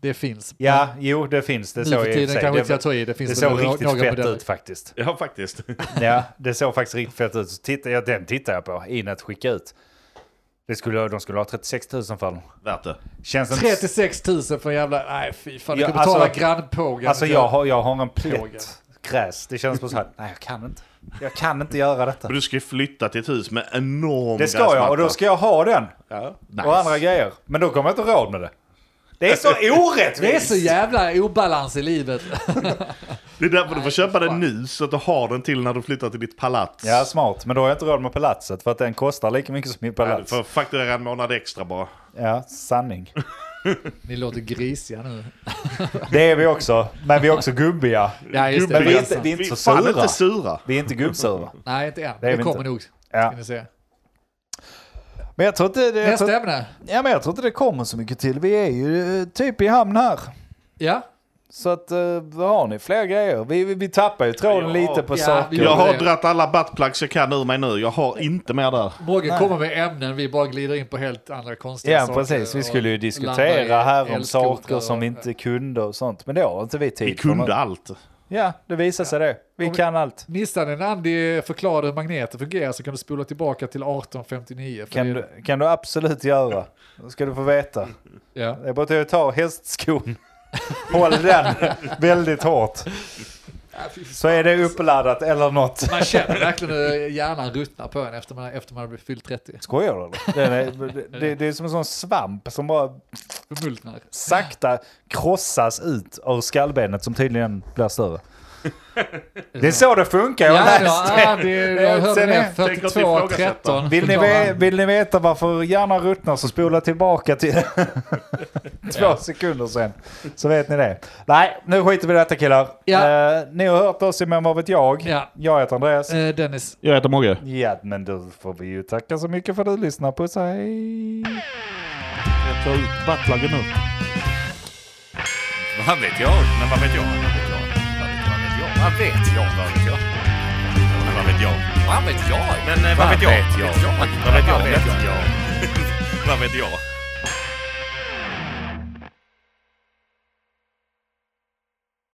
Det finns. Ja, jo det finns. Det Nu såg för jag i och tiden för sig. kanske inte Det, jag tar i. Det det, finns väl såg några- riktigt några fett modeller. ut faktiskt. Ja, faktiskt. Ja, det såg faktiskt riktigt fett ut. Så titta, ja, den tittar jag på innan jag skickar ut. Det skulle, de skulle ha 36 000 för den. Värt det. Känns inte... 36 000 för en jävla... Nej, fy fan. Du Ja, kan betala alltså- grannpågen. Alltså jag har, jag har en Plåga. plätt gräs. Det känns på så här, nej jag kan inte. Jag kan inte göra detta. Men du ska ju flytta till ett hus med enorm Det ska jag och då ska jag ha den. Ja. Nice. Och andra grejer. Men då kommer jag inte ha råd med det. Det Alltså, är så orättvist! Det är så jävla obalans i livet. Det är därför du får köpa fy den fan. nu så att du har den till när du flyttar till ditt palats. Ja, smart. Men då har jag inte råd med palatset för att den kostar lika mycket som min Ja, Du palats. får fakturera en månad extra bara. Ja, sanning. Ni låter grisiga nu. Det är vi också. Men vi är också gubbiga. Ja, just det. Men vi är Alltså. inte, vi är inte så fan sura. inte sura. Vi är inte gubbsura. Nej, inte än. Det är Det, vi kommer inte. nog. Ja. Ska ni se. Men jag tror inte det, jag Nästa tror, ämne. ja, men jag tror inte det kommer så mycket till. Vi är ju eh, typ i hamn här. Ja. Så att, eh, vad har ni? Fler grejer? Vi, vi, vi tappar ju tråden Ja, lite på ja, vi saker. gör Jag har det. dratt alla buttplugs jag kan ur mig nu. Jag har inte mer där. Morgan kommer med ämnen, vi bara glider in på helt andra konstiga Ja, saker. precis. Vi och skulle ju landar i diskutera här om elskotrar saker som vi och- inte kunde och sånt. Men det har inte vi tid Vi för. kunde allt. Ja, det visar sig det. Vi Om vi- kan allt. Missade när Andy förklarade hur magneter fungerar så kan du spola tillbaka till 1859. För Kan det- du, kan du absolut göra. Då ska du få veta. Ja. Det är bara att jag tar hästskon. Håll den väldigt hårt. Så är det alltså. uppladdat eller något. Man känner verkligen hur hjärnan ruttnar på en efter man, efter man har blivit fyllt 30. Skojar du eller? Den är- det- Det, det är som en sån svamp som bara Förmultnar. sakta krossas ut ur skallbenet som tydligen blir större. Det är så det funkar. Jag Ja, har läst ja, Andy, jag hörde Sen är- det. tänker att vi 42, ifrågasätter. 13. Vill ni, ve- vill ni veta varför hjärnan ruttnar så spola tillbaka till två sekunder sen. Så vet ni det. Nej, nu skiter vi i detta killar. Ja. Eh, ni har hört oss i Men vad vet jag? Ja. Jag heter Andreas. Eh, Dennis. Jag heter Mogge. Ja, men då får vi ju tacka så mycket för att du lyssnar. Puss hej! Jag tar ut buttpluggen nu. Vad vet jag? Men vad vet jag? Vad vet jag? Vad vet jag? Vad vet jag? Men vad vet jag? Vad vet jag? Men eh, vad vet jag? Vad vet jag? Vad vet jag? Vad vet jag?